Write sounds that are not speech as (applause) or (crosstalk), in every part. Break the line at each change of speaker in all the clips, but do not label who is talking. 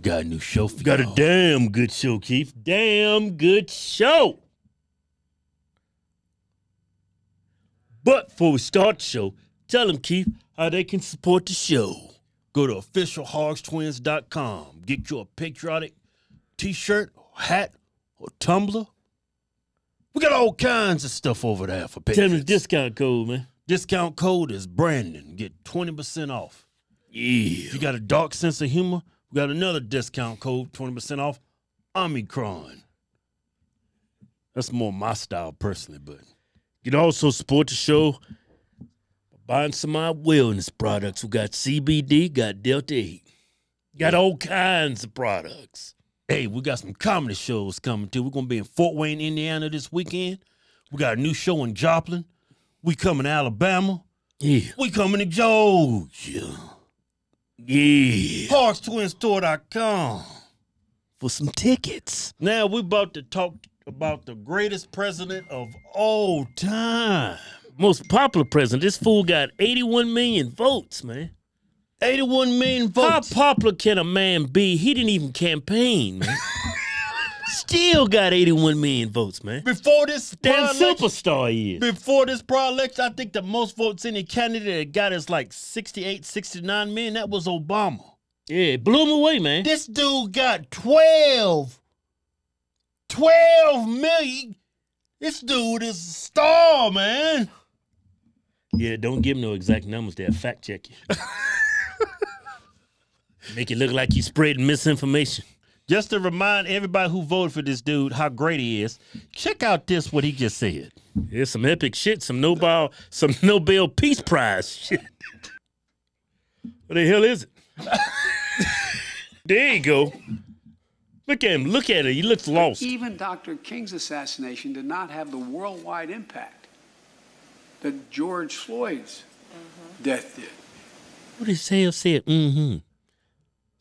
got a new show for
Got a
y'all.
damn good show, Keith. Damn good show. But before we start the show, tell them, Keith, how they can support the show. Go to officialhogstwins.com. Get you a patriotic t shirt, hat, or tumbler. We got all kinds of stuff over there for
Tell me
patriots.
the discount code, man.
Discount code is Brandon. Get 20% off. If
Yeah.
you got a dark sense of humor, we got another discount code, 20% off, Omicron. That's more my style personally, but you can also support the show by buying some of my wellness products. We got CBD, got Delta 8, got all kinds of products. Hey, we got some comedy shows coming too. We're going to be in Fort Wayne, Indiana this weekend. We got a new show in Joplin. We coming to Alabama.
Yeah.
We coming to Georgia.
Yeah.
HawksTwinStore.com.
For some tickets.
Now we about to talk about the greatest president of all time.
Most popular president. This fool got 81 million votes, man.
81 million votes.
How popular can a man be? He didn't even
(laughs)
campaign, man. Still got 81 million votes, man.
Before this
Damn
broad election-
superstar he is.
before this broad election, I think the most votes any candidate that got is like 68, 69 million. That was Obama.
Yeah, blew him away, man.
This dude got 12. 12 million. This dude is a star, man.
Yeah, don't give him no exact numbers there. Fact check you. Make it look like you spreading misinformation.
Just to remind everybody who voted for this dude how great he is, check out this what he just said.
There's some epic shit, some Nobel, some Nobel Peace Prize shit. what the hell is it? (laughs) there you go. Look at him. Look at him. He looks lost.
Even Dr. King's assassination did not have the worldwide impact that George Floyd's death did.
What did hell said? Mm-hmm.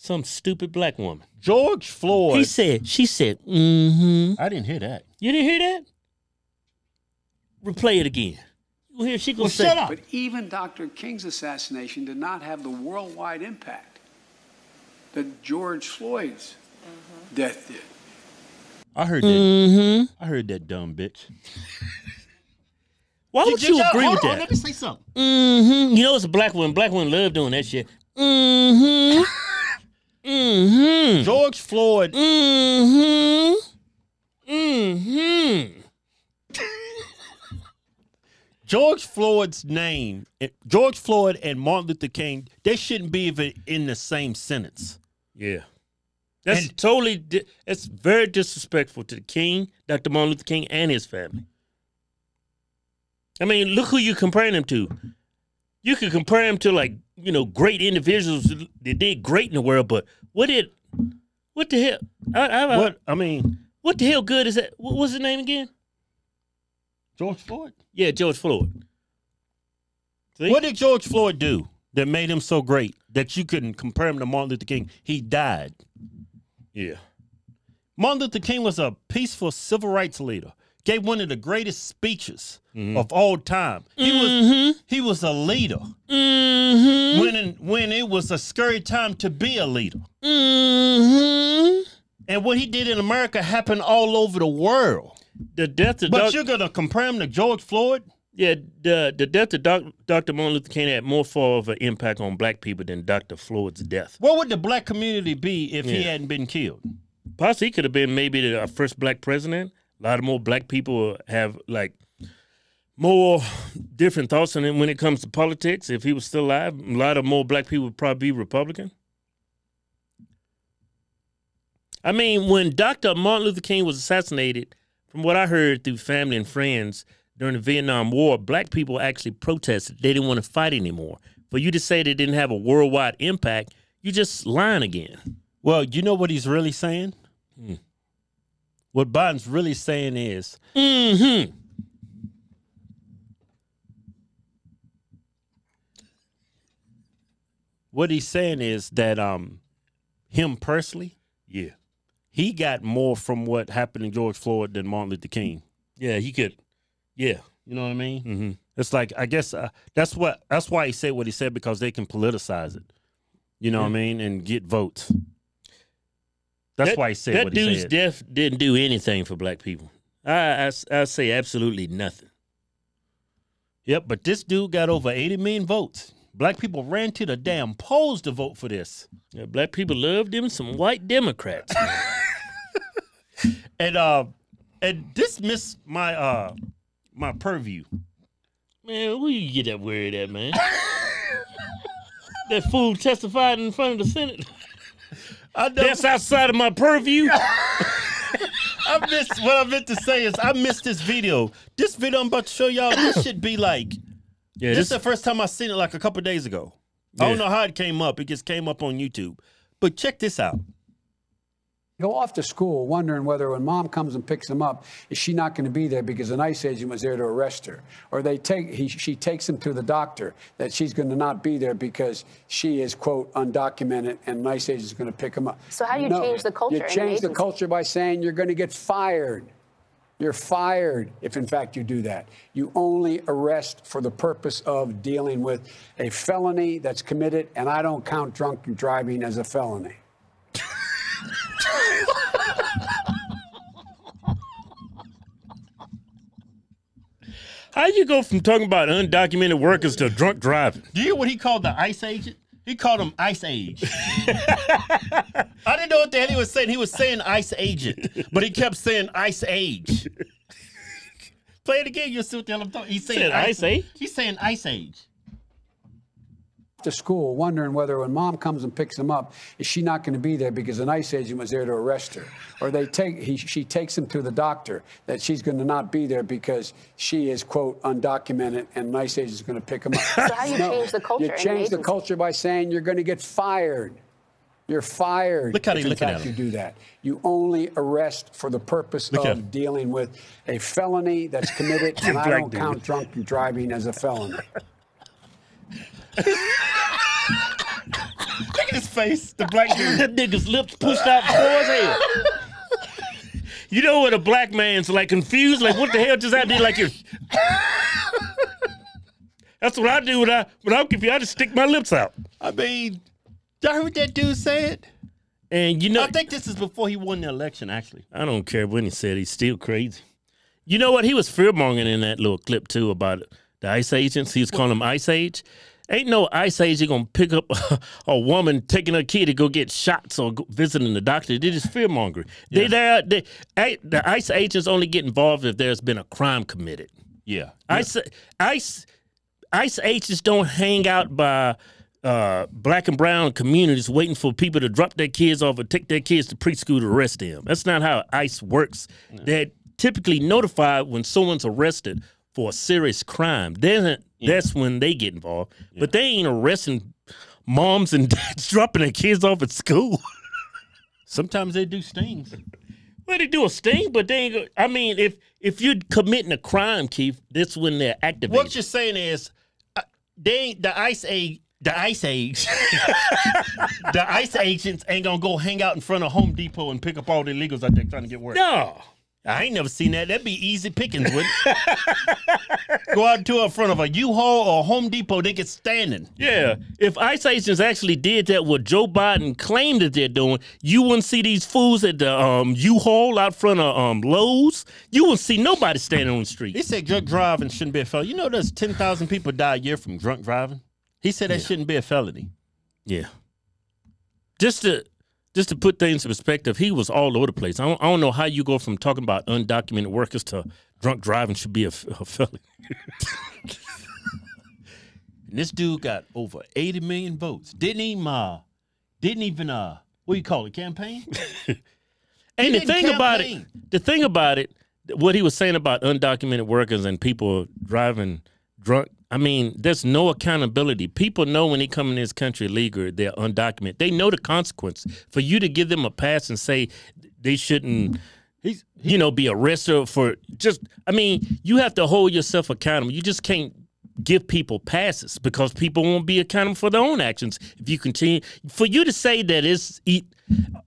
Some stupid black woman.
George Floyd.
He said, she said, mm-hmm.
I didn't hear that.
You didn't hear that? Replay it again. You hear she gonna
Well,
say,
shut up.
But even Dr. King's assassination did not have the worldwide impact that George Floyd's death did.
I heard
Mm-hmm.
that. I heard that dumb bitch.
Why would you agree with that?
let me say something.
Mm-hmm. You know it's a black woman. Black women love doing that shit. Mm-hmm. mm-hmm.
George Floyd.
Mm-hmm. Mm-hmm.
George Floyd's name. George Floyd and Martin Luther King. They shouldn't be even in the same sentence.
Yeah. That's
And-
totally di- that's very disrespectful to the king, Dr. Martin Luther King, and his family. I mean, look who you comparing him to. You could compare him to like, you know, great individuals that did great in the world, but what did what the hell? I, I, what?
What I mean,
what the hell good is that? What was his name again?
George Floyd.
Yeah, George Floyd. See?
What did George Floyd do that made him so great that you couldn't compare him to Martin Luther King? He died.
Yeah.
Martin Luther King was a peaceful civil rights leader. Gave one of the greatest speeches of all time. He was he was a leader
Mm-hmm.
when in, when it was a scary time to be a leader.
Mm-hmm.
And what he did in America happened all over the world.
The death of
But
Doc-
you're gonna compare him to George Floyd?
yeah the the death of Doc- Dr. Martin Luther King had more far of an impact on black people than Dr. Floyd's death.
Where would the black community be if he
Yeah.
hadn't been killed?
Possibly he could have been maybe the, our first black president. A lot of more black people have like more different thoughts on it when it comes to politics. If he was still alive, a lot of more black people would probably be Republican. I mean, when Dr. Martin Luther King was assassinated, from what I heard through family and friends during the Vietnam War, black people actually protested. They didn't want to fight anymore. For you to say they didn't have a worldwide impact, you just lying again. Hmm.
Well, you know what he's really saying? What Biden's really saying is
Mm-hmm.
what he's saying is that um him personally,
Yeah.
he got more from what happened to George Floyd than Martin Luther King.
Yeah, he could. Yeah.
You know what I mean?
Mm-hmm.
It's like I guess uh, that's what that's why he said what he said because they can politicize it. You know what I mean and get votes.
That's
That-
why he said
that
what he
dude's
said.
death didn't do anything for black people. I, I s- I say absolutely nothing.
Yep, but this dude got over 80 million votes. Black people ran to the damn polls to vote for this.
Yeah, black people love them some white Democrats.
(laughs) And uh and this missed my uh my purview.
man, where you get that word at, man? that fool testified in front of the Senate.
I know
That's outside of my purview.
(laughs) I missed what I meant to say is I missed this video. This video I'm about to show y'all, this should be like
Yeah,
this is
this,
the first time I seen it like a couple days ago. I don't
Yeah.
know how it came up. It just came up on YouTube. But check this out.
go off to school wondering whether when mom comes and picks him up, is she not going to be there because an ICE agent was there to arrest her? Or they take, he, she takes him to the doctor that she's going to not be there because she is, quote, undocumented and an ICE agent is going to pick him up.
So how do you change the culture in
You
an
change the
agency?
culture by saying you're going to get fired. You're fired if, in fact, you do that. You only arrest for the purpose of dealing with a felony that's committed, and I don't count drunken driving as a felony.
how you go from talking about undocumented workers to drunk driving?
Do you hear what he called the ice agent? He called him Ice Age.
(laughs)
I didn't know what the hell he was saying. He was saying Ice Agent, but he kept saying Ice
(laughs)
Age. Play it again. You'll see what the hell I'm talking. He's saying
Said Ice Age?
He's saying Ice Age.
to school wondering whether when mom comes and picks him up, is she not going to be there because an ICE agent was there to arrest her? Or they take, he, she takes him to the doctor that she's going to not be there because she is, quote, undocumented and an ICE agent is going to pick him up.
(laughs) So how do you change the culture
You
in an
change the
agency?
culture by saying you're going to get fired. You're fired.
Look how they
if in
looking at
fact
him.
You do that. You only arrest for the purpose
Look at him.
of dealing with a felony that's
(laughs)
committed, and I
black
don't
dude.
count drunk driving as a felony.
Look at his face. The black dude.
That (laughs) nigga's lips pushed out before his head. (laughs) You know what a black man's like confused, like what the hell just happened? Like (laughs) you. That's what I do when I when I'm confused. I just stick my lips out.
I mean, y'all heard what that dude said?
And you know,
I think this is before he won the election. Actually,
I don't care when he said he's still crazy. You know what? He was fear mongering in that little clip too about the ICE agents. He was calling them ICE age. Ain't no ICE agent gonna pick up (laughs) a, woman taking her kid to go get shots or go visiting the doctor. They just fear mongering. They there. They, I- the ICE agents only get involved if there's been a crime committed.
yeah.
ICE, ICE, ICE agents don't hang out by uh, black and brown communities waiting for people to drop their kids off or take their kids to preschool to arrest them. That's not how ICE works. They're typically notified when someone's arrested for a serious crime. Then that's when they get involved. But they ain't arresting moms and (laughs) dads dropping their kids off at school. (laughs)
Sometimes they do stings.
Well, they do a sting, but they ain't. Go- I mean, if if you're committing a crime, Keith, that's when they're activated.
What you're saying is, uh, they ain't the ice age. The ice age. (laughs) the ice agents ain't gonna go hang out in front of Home Depot and pick up all the illegals out there trying to get work.
no.
I ain't never seen that. That'd be easy pickings. Would (laughs) go out to in front of a U-Haul or Home Depot. They get standing.
Yeah, if ICE agents actually did that, what Joe Biden claimed that they're doing, you wouldn't see these fools at the um, U-Haul out front of um, Lowe's. You wouldn't see nobody standing on the
He
street.
said drunk driving shouldn't be a felony. You know, there's ten thousand people die a year from drunk driving. He said that shouldn't be a felony.
Yeah. Just to just to put things in perspective, he was all over the place. I don't, I don't know how you go from talking about undocumented workers to drunk driving should be a, f- a felony.
And this dude got over 80 million votes. Didn't even uh didn't even uh what do you call it, campaign?
And the
didn't
thing about
campaign.
it, the thing about it, th- what he was saying about undocumented workers and people driving drunk. I mean, there's no accountability. People know when they come in this country legal, they're undocumented. They know the consequence. For you to give them a pass and say they shouldn't, you know, be arrested for just. I mean, you have to hold yourself accountable. You just can't give people passes because people won't be accountable for their own actions if you continue. For you to say that it's eat,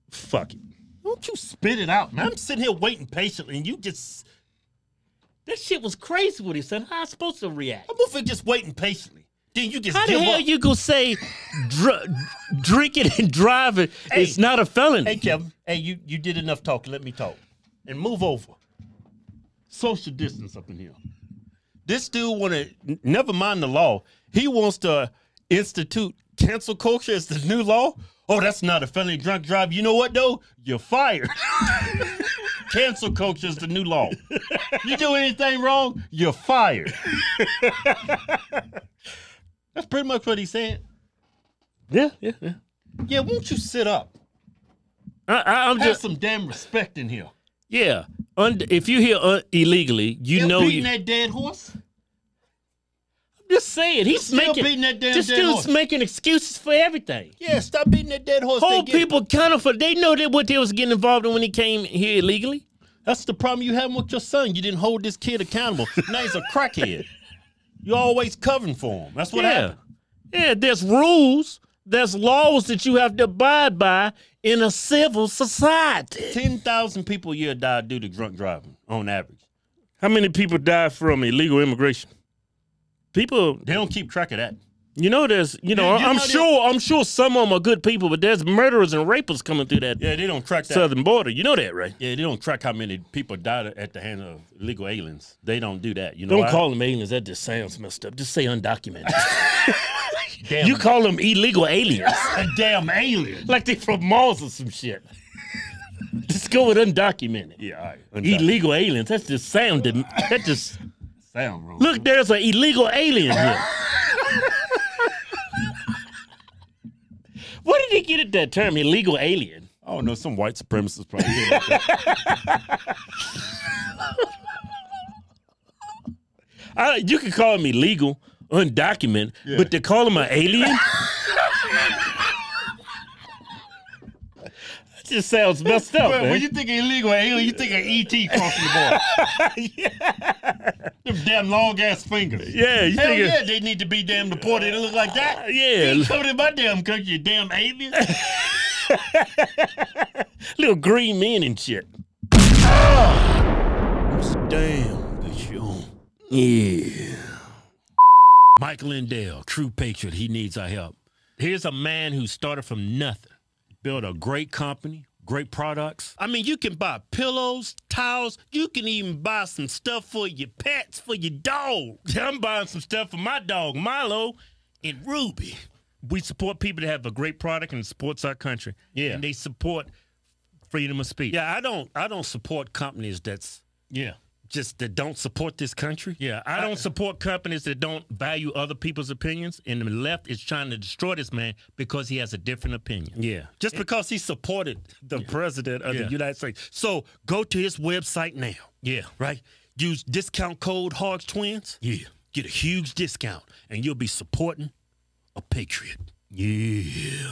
fuck it.
Don't you spit it out, man. I'm sitting here waiting patiently and you just
That shit was crazy what he said. How I supposed to react?
I'm over here just waiting patiently. Then you just
How the
give
hell
up.
you gonna say dr- drinking and driving is not a felony?
Hey Kevin, hey you you did enough talking. Let me talk and move over. Social distance up in here. This dude want to never mind the law. He wants to institute cancel culture as the new law. Oh, that's not a felony drunk drive. You know what though? You're fired. (laughs) cancel culture is the new law. you do anything wrong, you're fired. (laughs) that's pretty much what he's saying.
yeah, yeah, yeah.
Yeah, won't you sit up?
I, I, I'm
Have
just
some damn respect in here.
yeah. Und- if you here uh, illegally, you
Still
know
beating
you.
that dead horse.
just saying, he's
Still
making
beating that damn
this
dead
dude's
horse.
making excuses for everything.
Yeah, stop beating that dead horse.
Whole
they get.
people kind of for they know that what they was getting involved in when he came here illegally.
That's the problem you having with your son. You didn't hold this kid accountable. now he's a crackhead. You're always covering for him. That's what
yeah,
happened.
yeah. There's rules, there's laws that you have to abide by in a civil society.
Ten thousand people a year die due to drunk driving on average.
How many people die from illegal immigration? People
They don't keep track of that.
You know, there's, you know,
You- you
I'm
know that-
sure, I'm sure some of them are good people, but there's murderers and rapists coming through that
Yeah, they don't track that.
southern border. You know that, right?
yeah, they don't track how many people died at the hand of illegal aliens. They don't do that. You know,
Don't
why?
call them aliens. That just sounds messed up. Just say (laughs) undocumented.
damn,
you call them illegal (laughs) aliens,
a damn alien.
like they from Mars or some shit. just go with undocumented.
Yeah, all right.
Illegal aliens. That's just sounded. That just
sound wrong.
look. There's an illegal alien
(laughs)
here. Where did he get it that term? Illegal alien.
I don't know. Some white supremacist probably. did like that.
(laughs) I, you can call me legal, undocumented, but to call him an alien?
(laughs)
that just sounds messed up,
Well,
man.
when you think of illegal alien, you think of ET crossing the
(laughs)
border. Them damn long ass fingers.
yeah, you
Hell
think
yeah, they need to be damn deported. They look like that.
yeah.
You coming in my damn country, you damn alien.
(laughs) little green men and shit.
damn good show.
Yeah.
Mike Lindell, true patriot. He needs our help. Here's a man who started from nothing, built a great company, great products. I mean, you can buy pillows, towels. You can even buy some stuff for your pets, for your
(laughs)
dog.
I'm buying some stuff for my dog, Milo, and Ruby. We support people that have a great product and supports our country.
Yeah.
And they support freedom of speech.
Yeah, I don't. I don't support companies that's
Yeah.
just that don't support this country.
Yeah, I don't support companies that don't value other people's opinions, and the left is trying to destroy this man because he has a different opinion.
Yeah. Just because he supported the president of
Yeah.
the United States. So go to his website now.
Yeah.
Right? Use discount code Hogs Twins. Yeah. Get a huge discount and you'll be supporting a patriot. Yeah.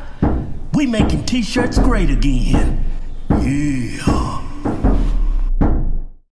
We making t-shirts great again. Yeah.